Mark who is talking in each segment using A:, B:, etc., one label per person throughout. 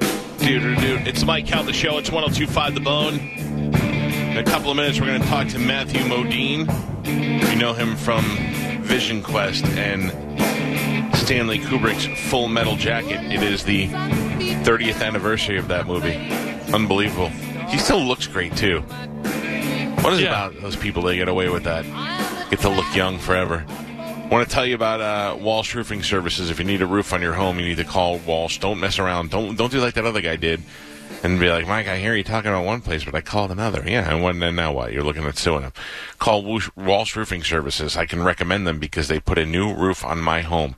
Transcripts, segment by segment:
A: It's Mike Cal, the show. It's 1025 The Bone. In a couple of minutes, we're going to talk to Matthew Modine. You know him from Vision Quest and Stanley Kubrick's Full Metal Jacket. It is the 30th anniversary of that movie. Unbelievable. He still looks great, too. What is it
B: Yeah.
A: about those people that get away with that? Get to look young forever. want to tell you about uh, Walsh Roofing Services. If you need a roof on your home, you need to call Walsh. Don't mess around. Don't don't do like that other guy did, and be like, Mike, I hear you talking about one place, but I called another. Yeah, and one, and now what? You're looking at suing them. Call Woosh, Walsh Roofing Services. I can recommend them because they put a new roof on my home.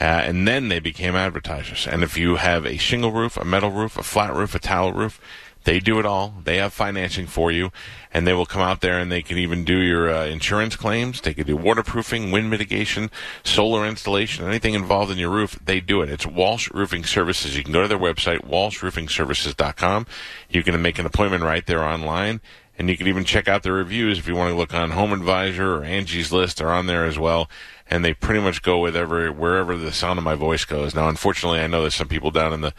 A: Uh, and then they became advertisers. And if you have a shingle roof, a metal roof, a flat roof, a tile roof, they do it all. They have financing for you, and they will come out there and they can even do your uh, insurance claims. They can do waterproofing, wind mitigation, solar installation, anything involved in your roof. They do it. It's Walsh Roofing Services. You can go to their website, walshroofingservices.com. You can make an appointment right there online. And you can even check out their reviews if you want to look on Home Advisor or Angie's List. They're on there as well. And they pretty much go with every, wherever the sound of my voice goes. Now, unfortunately, I know there's some people down in the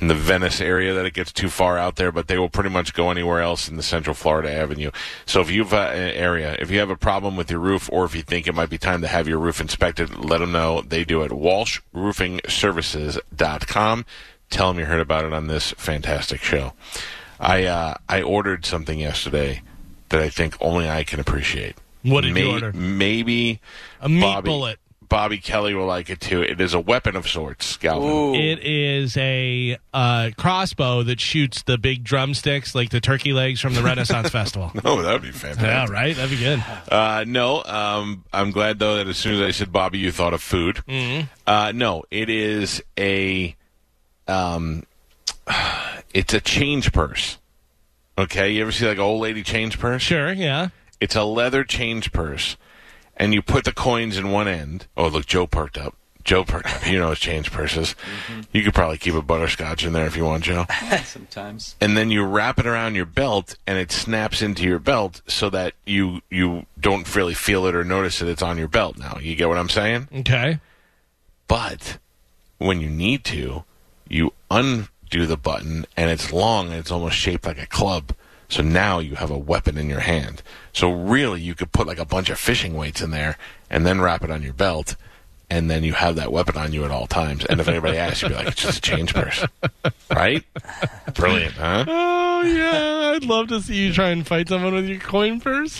A: in the Venice area that it gets too far out there, but they will pretty much go anywhere else in the Central Florida Avenue. So if you've uh, an area, if you have a problem with your roof, or if you think it might be time to have your roof inspected, let them know. They do it. WalshRoofingServices.com. Tell them you heard about it on this fantastic show. I uh, I ordered something yesterday that I think only I can appreciate.
B: What did you
A: May-
B: order?
A: Maybe
B: A meat
A: Bobby,
B: bullet.
A: Bobby Kelly will like it too. It is a weapon of sorts, Galvin.
B: It is a uh, crossbow that shoots the big drumsticks like the turkey legs from the Renaissance Festival.
A: Oh, that would be fantastic.
B: Yeah, right. That'd be good.
A: Uh, no, um, I'm glad though that as soon as I said Bobby, you thought of food.
B: Mm-hmm.
A: Uh, no, it is a, um, it's a change purse. Okay, you ever see like an old lady change purse?
B: Sure. Yeah.
A: It's a leather change purse, and you put the coins in one end. Oh, look, Joe perked up. Joe perked up. You know his change purses. You could probably keep a butterscotch in there if you want, Joe.
C: Sometimes.
A: and then you wrap it around your belt and it snaps into your belt so that you you don't really feel it or notice that it's on your belt now you get what i'm saying
B: Okay.
A: but when you need to you undo the button and it's long and it's almost shaped like a club so now you have a weapon in your hand so really you could put like a bunch of fishing weights in there and then wrap it on your belt and then you have that weapon on you at all times and if anybody asks you'd be like it's just a change purse right brilliant huh
B: Oh yeah, I'd love to see you try and fight someone with your coin purse.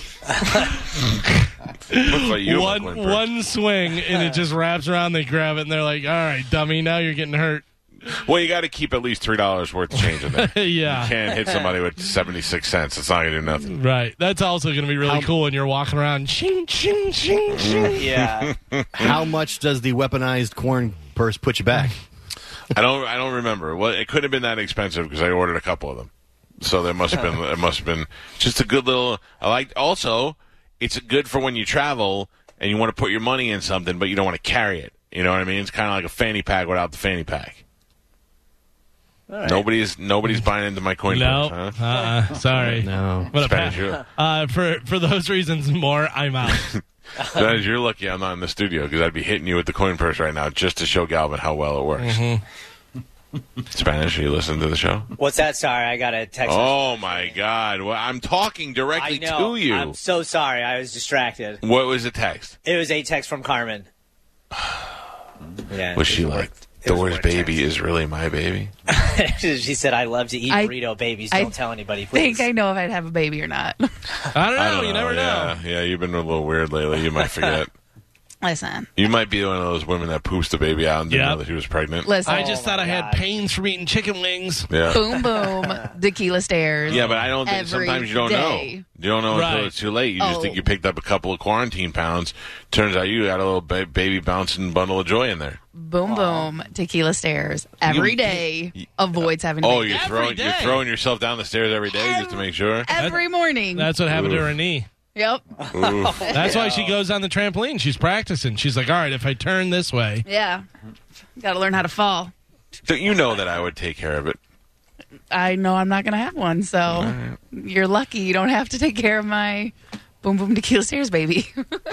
A: Looks like you have
B: one
A: one purse.
B: one swing and it just wraps around. They grab it and they're like, "All right, dummy, now you're getting hurt."
A: Well, you got to keep at least three dollars worth of change in there.
B: yeah.
A: You can't hit somebody with seventy six cents. It's not gonna do nothing.
B: Right. That's also going to be really cool when you're walking around. Ching, ching, ching, ching.
C: Yeah.
D: How much does the weaponized corn purse put you back?
A: I don't. I don't remember. Well, it couldn't have been that expensive because I ordered a couple of them. So there must have been. It must have been just a good little. I like. Also, it's good for when you travel and you want to put your money in something, but you don't want to carry it. You know what I mean? It's kind of like a fanny pack without the fanny pack. Nobody's nobody's buying into my coin
B: No.
A: purse, Mm. huh?
B: Uh-uh. Sorry.
A: Oh.
D: No.
B: What a
A: Spanish,
B: pass.
A: you're,
B: Uh, for for those reasons and more, I'm out.
A: Spanish, you're lucky I'm not in the studio because I'd be hitting you with the coin purse right now just to show Galvin how well it works. Spanish, are you listening to the show?
C: What's that? Sorry, I got a text.
A: Oh my God! Well, I'm talking
C: I
A: directly
C: know.
A: to you.
C: I'm so sorry. I was distracted.
A: what was the text?
C: It was a text from Carmen. Yeah.
A: Was she like
C: was a
A: Dora's
C: word
A: baby is really my baby?
C: she said, "I love to eat
E: I-
C: burrito babies.
E: I
C: Don't tell anybody, please."
E: think I know if I'd have a baby or not.
B: I don't know. you never know.
A: yeah. know. Yeah, you've been a little weird lately. You might forget.
E: Listen,
A: You might be one of those women that poops the baby out and didn't
B: Yeah.
A: know that he was pregnant.
E: listen.
B: I just thought I had
C: God.
B: pains from eating chicken wings.
A: yeah.
E: boom, boom, tequila stairs.
A: Yeah, but I don't. Think,
E: every
A: sometimes you don't
E: day.
A: know. You don't know
B: Right.
A: until it's too late. You just think
E: Oh.
A: you picked up a couple of quarantine pounds. Turns out you got a little ba- baby bouncing bundle of joy in there.
E: Boom, boom, tequila stairs. Every day avoids having. a
A: Oh,
E: baby.
A: you're
B: Every
A: throwing you're
B: day.
A: throwing yourself down the stairs every day just to make sure.
E: every morning.
B: That's what happened
A: Oof.
B: to her knee.
E: yep.
A: Oof.
B: That's why she goes on the trampoline. She's practicing. She's like, all right, if I turn this way,
E: Yeah. Got to learn how to fall.
A: So you know that I would take care of it.
E: I know I'm not going to have one, so you're lucky you don't have to take care of my boom boom tequila stairs baby.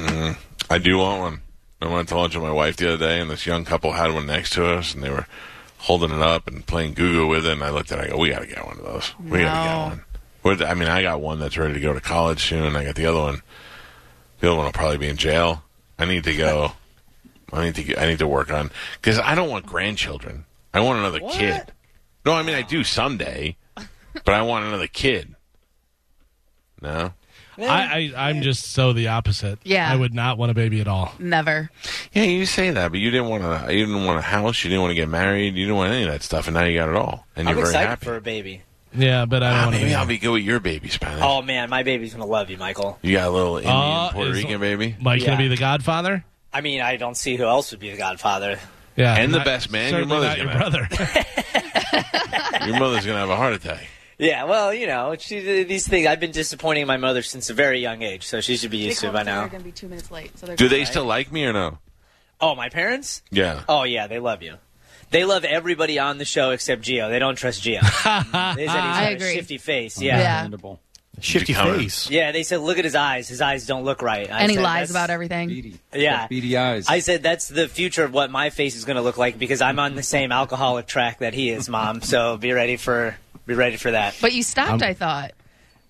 A: I do want one. I went to lunch with my wife the other day, and this young couple had one next to us, and they were holding it up and playing Goo Goo with it. And I looked at it, I go, we got to get one of those. We got to
E: No.
A: get one. What, I mean, I got one that's ready to go to college soon, and I got the other one. The other one will probably be in jail. I need to go. I need to. Get, I need to work on because I don't want grandchildren. I want another kid. No, I mean I do someday, but I want another kid. No.
B: I, I I'm just so the opposite.
E: Yeah.
B: I would not want a baby at all.
E: Never.
A: Yeah, you say that, but you didn't want to. You didn't want a house. You didn't want to get married. You didn't want any of that stuff, and now you got it all, and
C: I'm
A: you're very
C: excited
A: happy.
C: for a baby.
B: Yeah, but I don't
A: Ah,
B: want to.
A: maybe I'll be good with your baby, Spanish.
C: Oh man, my baby's gonna love you, Michael.
A: You got a little Indian
B: Uh,
A: Puerto
B: is-
A: Rican baby,
B: Mike gonna
C: Yeah.
B: be the Godfather.
C: I mean, I don't see who else would be the godfather.
B: Yeah,
A: And the
B: not-
A: best man, your
B: certainly
A: mother's
B: not your
A: gonna-
B: brother.
A: your mother's gonna have a heart attack.
C: Yeah, well, you know, she, these things. I've been disappointing my mother since a very young age, so she should be used to it by now.
E: to be two minutes late. So
A: Do they still like me or no?
C: Oh, my parents?
A: Yeah.
C: Oh yeah, they love you. They love everybody on the show except Geo. They don't trust Geo. they said he's
E: I
C: got a
E: agree.
C: shifty face. Yeah. yeah.
E: Yeah.
F: Understandable.
D: Shifty
A: Did you come
D: face.
C: they said look at his eyes. His eyes don't look right. I
E: And he
C: said,
E: lies
C: "That's-
E: about everything.
F: Beady.
C: Yeah.
F: Beady eyes.
C: I said that's the future of what my face is going to look like because I'm on the same alcoholic track that he is, mom. So be ready for be ready for that.
E: But you stopped, I thought.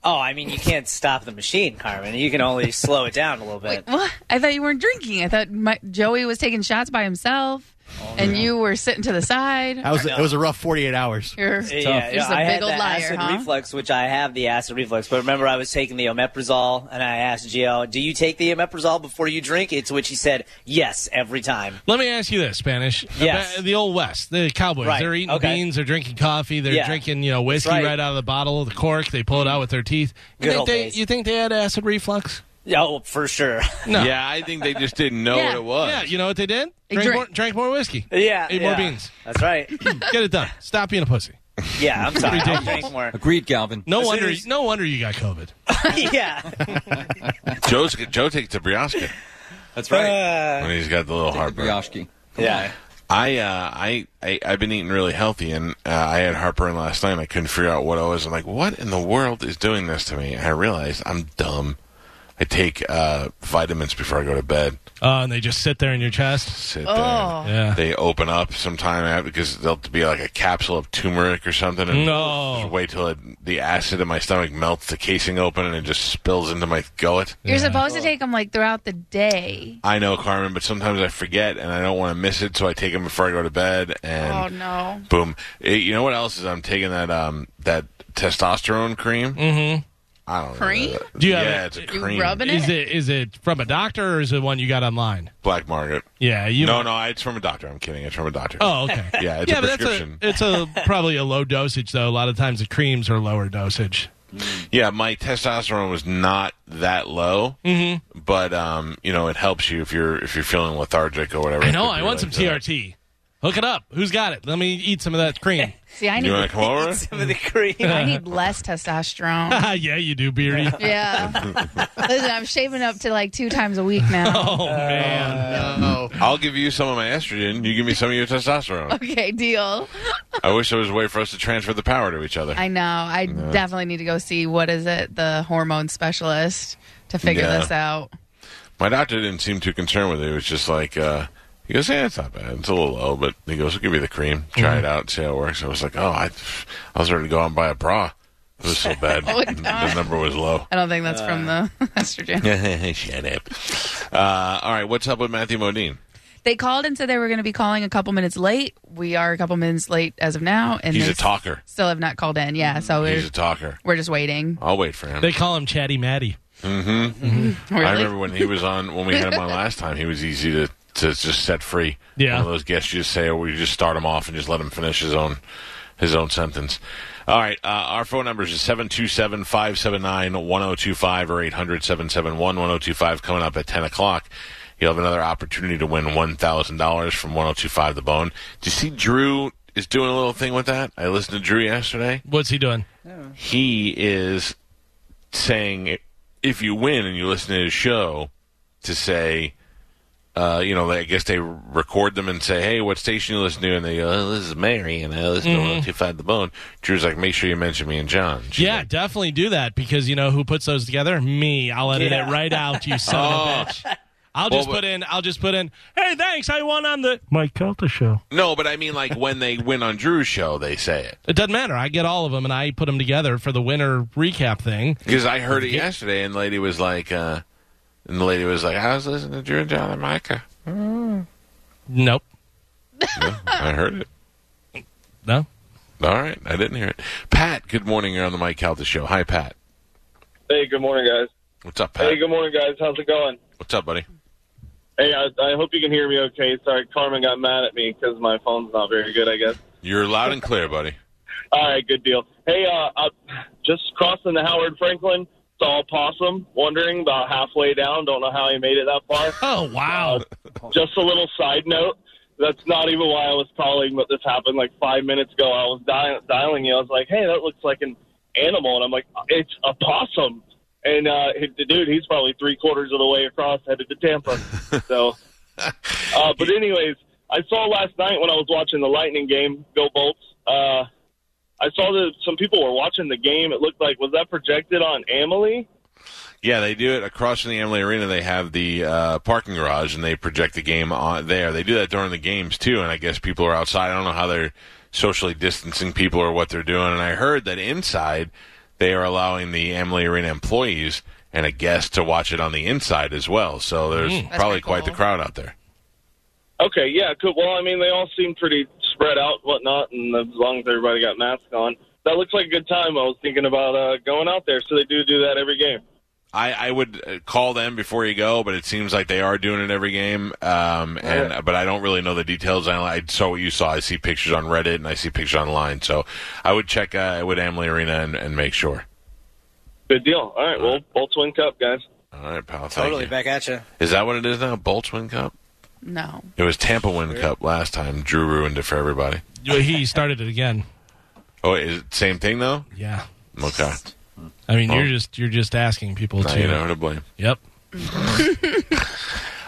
C: Oh, I mean, you can't stop the machine, Carmen. You can only slow it down a little bit.
E: What? I thought you weren't drinking. I thought my, Joey was taking shots by himself, and you were sitting to the side.
D: That was, it was a rough 48 hours.
E: You're,
C: Yeah,
E: you're just a
C: I
E: big
C: had
E: old
C: the
E: liar,
C: acid
E: huh?
C: reflux, which I have the acid reflux. But remember, I was taking the omeprazole, and I asked Gio, "Do you take the omeprazole before you drink it?" To which he said, "Yes, every time."
B: Let me ask you this, Spanish.
C: Yes.
B: Ba- The old West, the Cowboys.
C: Right,
B: They're eating
C: okay.
B: beans. They're drinking coffee. They're
C: Yeah.
B: drinking, you know, whiskey
C: right.
B: right. out of the bottle, the cork. They pull it out with their teeth. You
C: Good
B: think
C: old
B: they?
C: days.
B: You think they had acid reflux?
C: Oh, for sure.
B: No.
A: Yeah, I think they just didn't know
E: Yeah.
A: what it was.
B: Yeah. You know what they did?
E: They
B: Drank
E: drink-
B: more, drank more whiskey.
C: yeah,
B: Eat
C: yeah.
B: more beans.
C: That's right.
B: Get it done. Stop being a pussy.
C: Yeah, I'm sorry. I'll
B: Ridiculous.
C: drink more.
F: Agreed, Galvin.
B: No
C: As soon
B: wonder.
C: as-
B: No wonder you got COVID.
C: yeah.
A: Joe's, Joe takes a brioche
F: That's right.
A: when he's got the little heartburn.
F: Brioche.
C: Yeah.
A: I, uh, I, I, I've been eating really healthy, and uh, I had heartburn last night. and I couldn't figure out what I was. I'm like, what in the world is doing this to me? And I realized I'm dumb. I take uh, vitamins before I go to bed.
B: Oh, and they just sit there in your chest.
A: Sit
E: Oh.
A: there.
B: Yeah.
A: They open up sometime after because there'll be like a capsule of turmeric or something. And
B: No.
A: Just wait till it, the acid in my stomach melts the casing open and it just spills into my gullet.
E: You're supposed to take them like throughout the day.
A: I know, Carmen, but sometimes I forget and I don't want to miss it, so I take them before I go to bed. And
E: Oh no.
A: boom. Eh, you know what else is? I'm taking that um that testosterone cream. Mm-hmm. I don't know.
E: Cream?
B: Do you have
A: yeah,
B: it?
A: it's a
E: You
A: cream.
E: rubbing it?
B: Is it is it from a doctor or is it one you got online?
A: Black market.
B: Yeah, you.
A: No, no, it's from a doctor. I'm kidding. It's from a doctor.
B: Oh, okay.
A: Yeah, it's a
B: yeah, but that's a
A: prescription.
B: it's a probably a low dosage though. A lot of times the creams are lower dosage.
A: Yeah, my testosterone was not that low, mm-hmm. but um, you know, it helps you if you're if you're feeling lethargic or whatever.
B: I
A: It
B: know.
A: could
B: I
A: be
B: want some
A: like that.
B: TRT. Hook it up. Who's got it? Let me eat some of that cream.
E: See, I
A: You want
E: need
A: to come over?
C: Some of the cream.
E: I need less testosterone.
B: Ah, yeah, you do, Beardy.
E: yeah. Listen, I'm shaving up to like two times a week now.
B: Oh man.
D: Oh,
A: I'll give you some of my estrogen. You give me some of your testosterone.
E: Okay, deal.
A: I wish there was a way for us to transfer the power to each other.
E: I know. I definitely need to go see what is it, the hormone specialist, to figure
A: Yeah.
E: this out.
A: my doctor didn't seem too concerned with it. It was just like uh, he goes, "Yeah, it's not bad. It's a little low, but he goes, "I'll give you the cream. Try it out. See how it works." I was like, "Oh, I, I was ready to go out and buy a bra. It was so bad. the number was low."
E: I don't think that's from the estrogen.
A: Shut up. Uh, all right, what's up with Matthew Modine?
E: They called and said they were going to be calling a couple minutes late. We are a couple minutes late as of now, and
A: He's
E: they
A: a talker.
E: still have not called in. Yeah, so we're,
A: He's a talker.
E: we're just waiting.
A: I'll wait for him.
B: They call him Chatty Matty.
E: Really?
A: I remember when he was on when we had him on last time. He was easy to, to just set free.
B: Yeah.
A: one of those guests you just say, or we just start him off and just let him finish his own his own sentence. All right, uh, our phone numbers is 727-579-1025 or 800-771-1025 coming up at 10 o'clock. You'll have another opportunity to win $1,000 from 1025 The Bone. Do you see Drew is doing a little thing with that? I listened to Drew yesterday
B: What's he doing?
A: he is saying if you win and you listen to his show to say uh, you know, I guess they record them and say, "Hey, what station you listen to?" And they go, oh, "This is Mary," and I listen to one two five the bone. Drew's like, "Make sure you mention me and John." She's
B: Yeah,
A: like,
B: definitely do that because you know who puts those together? Me. I'll edit
C: Yeah.
B: it right out, you son of a bitch. I'll
A: Oh. Well,
B: just
A: but-
B: put in. I'll just put in. Hey, thanks. I won on the Mike Calta show.
A: no, but I mean, like when they win on Drew's show, they say it
B: It doesn't matter. I get all of them and I put them together for the winner recap thing.
A: because I heard it yesterday, and the lady was like, uh, and the lady was like, "I was listening to Drew and John and Micah."
B: Nope.
A: I heard it.
B: No.
A: All right, I didn't hear it. Pat, good morning. You're on the Mike Calta show. Hi, Pat.
F: Hey, good morning, guys.
A: What's up, Pat?
F: Hey, good morning, guys. How's it going?
A: What's up, buddy?
F: Hey, I, I hope you can hear me okay. Sorry, Carmen got mad at me because my phone's not very good, I guess.
A: You're loud and clear, buddy.
F: All right, good deal. Hey, uh, uh, just crossing the Howard Franklin, saw a possum wandering about halfway down. Don't know how he made it that far. Uh,
B: Oh wow.
F: just a little side note. That's not even why I was calling, but this happened like five minutes ago. I was dial- dialing you. I was like, "Hey, that looks like an animal," and I'm like, "It's a possum." And uh, he- the dude, he's probably three quarters of the way across, headed to Tampa. so, uh, but anyways, I saw last night when I was watching the Lightning game, go Bolts. Uh, I saw that some people were watching the game. It looked like was that projected on Emily?
A: Yeah, they do it across from the Amalie Arena. They have the uh, parking garage, and they project the game on there. They do that during the games too, and I guess people are outside. I don't know how they're socially distancing people or what they're doing. And I heard that inside they are allowing the Amalie Arena employees and a guest to watch it on the inside as well. So there's probably
E: Mm. pretty
A: quite the
E: cool.
A: crowd out there.
F: Okay, yeah, cool. Well, I mean, they all seem pretty spread out, and whatnot, and as long as everybody got masks on, that looks like a good time. I was thinking about uh, going out there, so they do do that every game.
A: I, I would uh, call them before you go, but it seems like they are doing it every game. Um, and but I don't really know the details. I, I saw what you saw. I see pictures on Reddit and I see pictures online. So I would check uh, with Amalie Arena and, and make sure.
F: Good deal. All right, well, Bolts win cup, guys.
A: All right, pal. Thank
C: Totally
A: you.
C: back at you.
A: Is that what it is now? Bolts Win Cup.
E: no.
A: It was Tampa Win Cup last time. Drew ruined it for everybody.
B: he started it again.
A: Oh, is it same thing though?
B: Yeah.
A: Okay,
B: I mean,
A: Oh.
B: you're just you're just asking people
A: now
B: to.
A: you know who to blame.
B: Yep.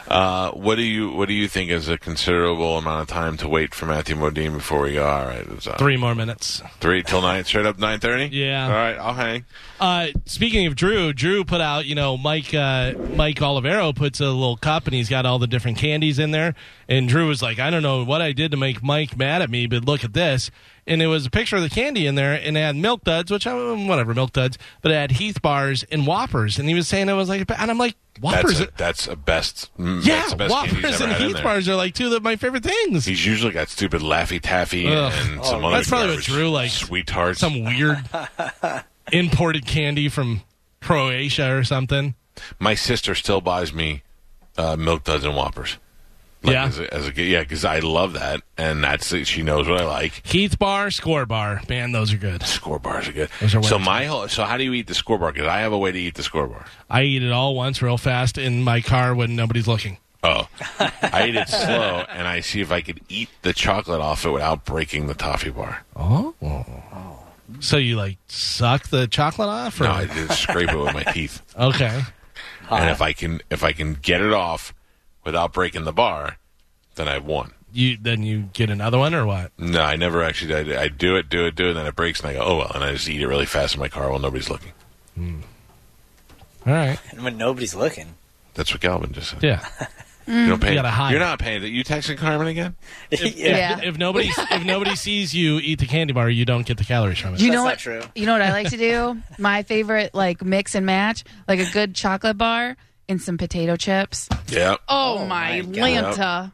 A: Uh, what do you What do you think is a considerable amount of time to wait for Matthew Modine before we go? All right, it's, uh,
B: Three more minutes.
A: Three till nine, straight up nine thirty.
B: Yeah.
A: All right, I'll hang.
B: Uh, speaking of Drew, Drew put out, you know, Mike uh, Mike Olivero puts a little cup and he's got all the different candies in there. And Drew was like, I don't know what I did to make Mike mad at me, but look at this. And it was a picture of the candy in there and it had milk duds, which I mm, whatever milk duds, but it had Heath bars and Whoppers. And he was saying it was like, and I'm like,
A: That's
B: Whoppers.
A: a, that's a best. mm,
B: yeah,
A: that's the best candy he's
B: Whoppers
A: ever
B: and
A: had in
B: Heath
A: there.
B: bars are like two of my favorite things.
A: He's usually got stupid Laffy Taffy
B: Ugh. Oh,
A: and some other.
B: that's probably what
A: garbage.
B: Drew likes.
A: Sweet tarts.
B: some weird imported candy from Croatia or something.
A: My sister still buys me uh, milk duds and Whoppers.
B: Yeah.
A: as a, as a, yeah, because I love that, and that's she knows what I like.
B: Heath bar, score bar. Man, those are good.
A: Score bars are good.
B: Those are
A: so
B: wet.
A: my whole, so how do you eat the score bar? Because I have a way to eat the score bar.
B: I eat it all once real fast in my car when nobody's looking.
A: Oh, I eat it slow, and I see if I could eat the chocolate off it without breaking the toffee bar.
B: Oh. So you like suck the chocolate off? Or?
A: No, I just scrape it with my teeth.
B: okay.
A: and if I can if I can get it off without breaking the bar, then I've won.
B: You then you get another one or what?
A: No, I never actually. I, I do it, do it, do it, and then it breaks, and I go, oh well, and I just eat it really fast in my car while nobody's looking.
B: All right.
C: And when nobody's looking.
A: That's what Galvin just said.
B: Yeah.
A: You don't pay.
B: Mm. You gotta hide
A: are
B: it.
A: not paying. You texting Carmen again?
C: yeah.
E: Yeah.
B: If nobody if nobody sees you eat the candy bar, you don't get the calories from it.
E: You
C: That's
E: know
C: not
E: what?
C: true.
E: You know what I like to do? My favorite like mix and match, like a good chocolate bar and some potato chips.
A: Yeah,
E: Oh, my,
C: God.
E: Lanta!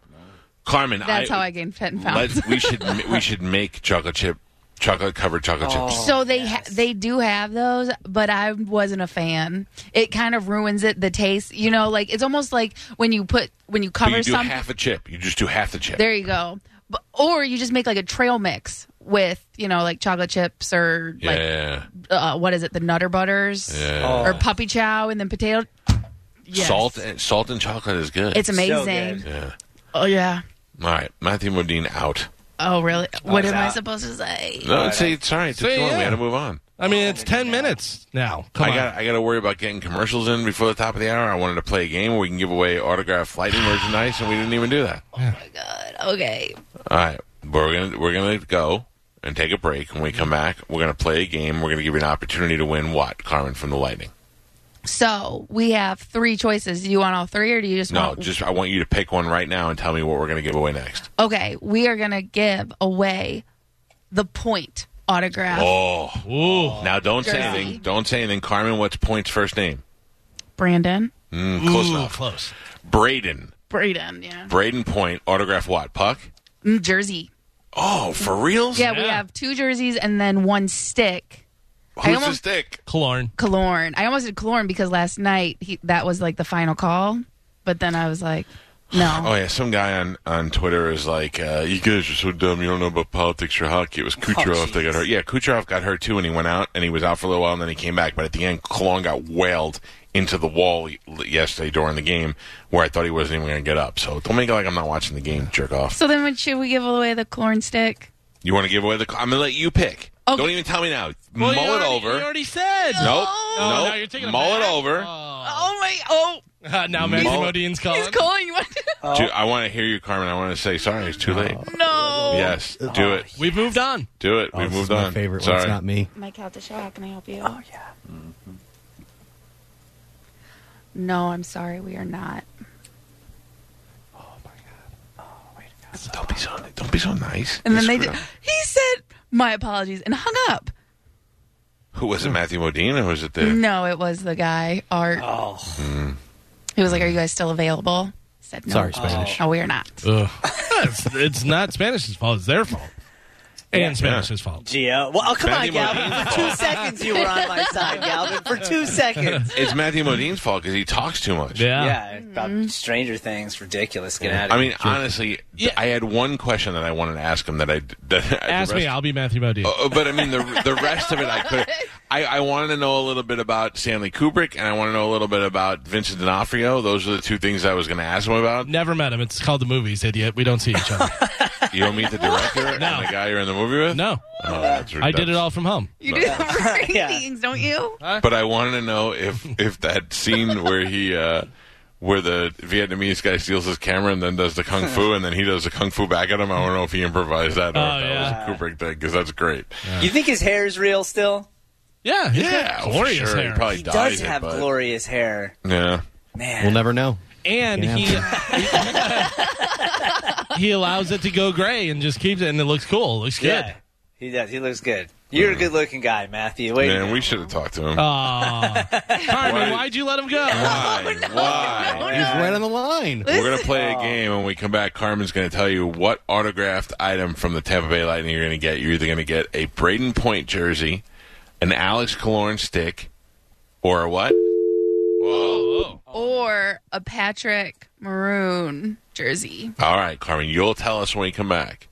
A: Carmen.
E: That's how I gained ten pounds.
A: Let's, we should ma- we should make chocolate chip chocolate covered chocolate chips.
E: So they ha- they do have those, but I wasn't a fan. It kind of ruins it the taste. You know, like it's almost like when you put when you
A: But
E: cover
A: you do
E: something.
A: half a chip. You just do half the chip.
E: There you go. But, or you just make like a trail mix with you know like chocolate chips or like
A: yeah.
E: uh, what is it the Nutter Butters or Puppy Chow and then potato. Yes.
A: Salt and salt and chocolate is good.
E: It's
C: So
E: amazing.
C: good.
A: yeah.
E: oh yeah.
A: All right, Matthew Modine out.
E: Oh really? What
C: it's
E: am I
C: out.
E: supposed to say?
A: No, it's, it's all right. It's
B: So,
A: going. We
B: yeah.
A: got to move on.
B: I mean, it's 10 minutes now. Come
A: I
B: on.
A: got I got to worry about getting commercials in before the top of the hour. I wanted to play a game where we can give away autographed lightning merchandise, and we didn't even do that.
E: Okay.
A: All right, we're gonna we're gonna go and take a break. When we come back, we're gonna play a game. We're gonna give you an opportunity to win what, Carmen, from the lightning.
E: So we have three choices. Do you want all three, or do you just
A: No,
E: want
A: just I want you to pick one right now and tell me what we're gonna give away next.
E: Okay, we are going to give away the point autograph.
A: Oh,
B: Ooh.
A: now don't
E: Uh, Jersey.
A: say anything. Don't say anything, Carmen. What's Point's first name?
E: Brandon.
A: Mm, close
B: Ooh,
A: enough.
B: close.
A: Braden.
E: Braden, yeah.
A: Braden Point autograph what? Puck.
E: Mm, Jersey.
A: Oh, for reals?
E: Yeah, we
B: Yeah.
E: have two jerseys and then one stick. I
A: Who's the
E: almost-
A: stick?
B: Kalorn.
E: Kalorn. I almost did Kalorn because last night he, that was like the final call, but then I was like,
A: Oh
E: no.
A: yeah, some guy on on Twitter is like, uh, "You guys are so dumb. You don't know about politics or hockey." It was Kucherov that got hurt. Yeah, Kucherov got hurt too, and he went out and he was out for a little while, and then he came back. But at the end, Kalon got wailed into the wall y- yesterday during the game, where I thought he wasn't even going to get up. So don't make it like I'm not watching the game, jerk off.
E: So then what, should we give away the Kalorn stick?
A: You want to give away the? I'm going to let you pick.
E: Okay.
A: Don't even tell me now.
B: Well,
A: Mull
B: you
A: it
B: already-
A: over.
B: You already said.
A: Nope.
B: No,
A: nope.
B: now you're taking it
A: Mull it
B: back?
A: over.
E: Oh, my. Oh,
B: Uh, now Matthew
A: Mo-
B: Modine's calling.
E: he's calling.
A: Dude, I want to hear you, Carmen. I want to say sorry. It's too late.
E: no.
A: Yes, do it.
B: We've moved on.
A: Do it.
D: Oh,
A: We've
D: this
A: moved
D: is my
A: on.
D: favorite
A: Sorry.
D: one. It's not me.
E: Mike out the show. How can I help you? Oh yeah. No, I'm sorry. We are not.
A: Don't be so. Don't be so nice.
E: And then
A: You
E: they
A: screwed
E: did.
A: up.
E: He said, "My apologies," and hung up.
A: Who was it? Matthew Modine or was it the?
E: No, it was the guy Art. Oh. He was like, "Are you guys still available?" I said, "No."
D: Sorry, Spanish.
E: No, we are not.
A: Uh,
B: it's, it's not Spanish's fault. It's their fault. And Spanish's fault.
C: Gio. Well, oh, come
A: Matthew
C: on, Galvin.
A: Modine's
C: For two seconds, you were on my side, Galvin. For two seconds.
A: It's Matthew Modine's fault because he talks too much.
B: Yeah.
C: Yeah,
E: Mm-hmm.
C: about Stranger Things. Ridiculous. Get out of
A: I
C: here.
A: mean, honestly, th- I had one question that I wanted to ask him that I. That I- the
B: Ask me.
A: rest-
B: I'll be Matthew Modine.
A: Uh, but I mean, the the rest of it, I could. I, I wanted to know a little bit about Stanley Kubrick, and I want to know a little bit about Vincent D'Onofrio. Those are the two things I was going to ask him about.
B: Never met him. It's called the movies, idiot. We don't see each other.
A: You don't meet the director and the guy you're in the movie with.
B: No.
A: oh, that's
B: I did it
A: ridiculous.
B: all from home.
E: You do the
C: Yeah.
E: things, don't you?
A: But I wanted to know if if that scene where he uh, where the Vietnamese guy steals his camera and then does the kung fu and then he does the kung fu back at him. I want to know if he improvised that or
B: Oh,
A: if that
B: yeah.
A: was a Kubrick thing because that's great.
C: you think his hair is real still?
B: Yeah. he's
A: Yeah,
B: got
A: for
B: Glorious
A: sure.
B: hair.
A: He probably
C: He
A: dyed
C: does
A: it,
C: have
A: but-
C: glorious hair.
A: Yeah.
C: Man.
D: We'll never know.
B: and
D: Yeah.
B: he he allows it to go gray and just keeps it, and it looks cool. It looks good.
C: Yeah, he does. He looks good. You're a good-looking guy, Matthew. Wait, a
A: Mm. Man,
C: minute.
A: we should have talked to him.
B: Oh. Aw. Carmen, why'd you let him go?
C: Oh,
A: Why? Why?
D: He's right on the line.
A: We're going to play a game, and when we come back, Carmen's going to tell you what autographed item from the Tampa Bay Lightning you're going to get. You're either going to get a Braden Point jersey, an Alex Kalorn stick, or a what? Whoa.
E: Or a Patrick Maroon jersey.
A: All right, Carmen, you'll tell us when we come back.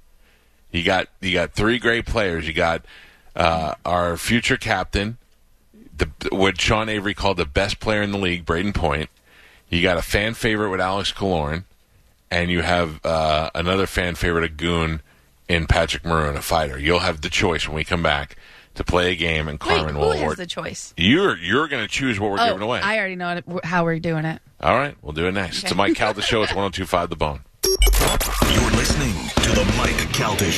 A: You got you got three great players. You got uh, our future captain, the what Sean Avery called the best player in the league, Braden Point. You got a fan favorite with Alex Kalorn, and you have uh, another fan favorite, a goon in Patrick Maroon, a fighter. You'll have the choice when we come back to play a game, and
E: Wait,
A: Carmen
E: who
A: will
E: has
A: award.
E: the choice?
A: you're you're going to choose what we're
E: oh,
A: giving away.
E: I already know it- how we're doing it.
A: All right, we'll do it oh next. It's the Mike Calda Show. It's 1025 The Bone.
G: You're listening to the Mike Caldish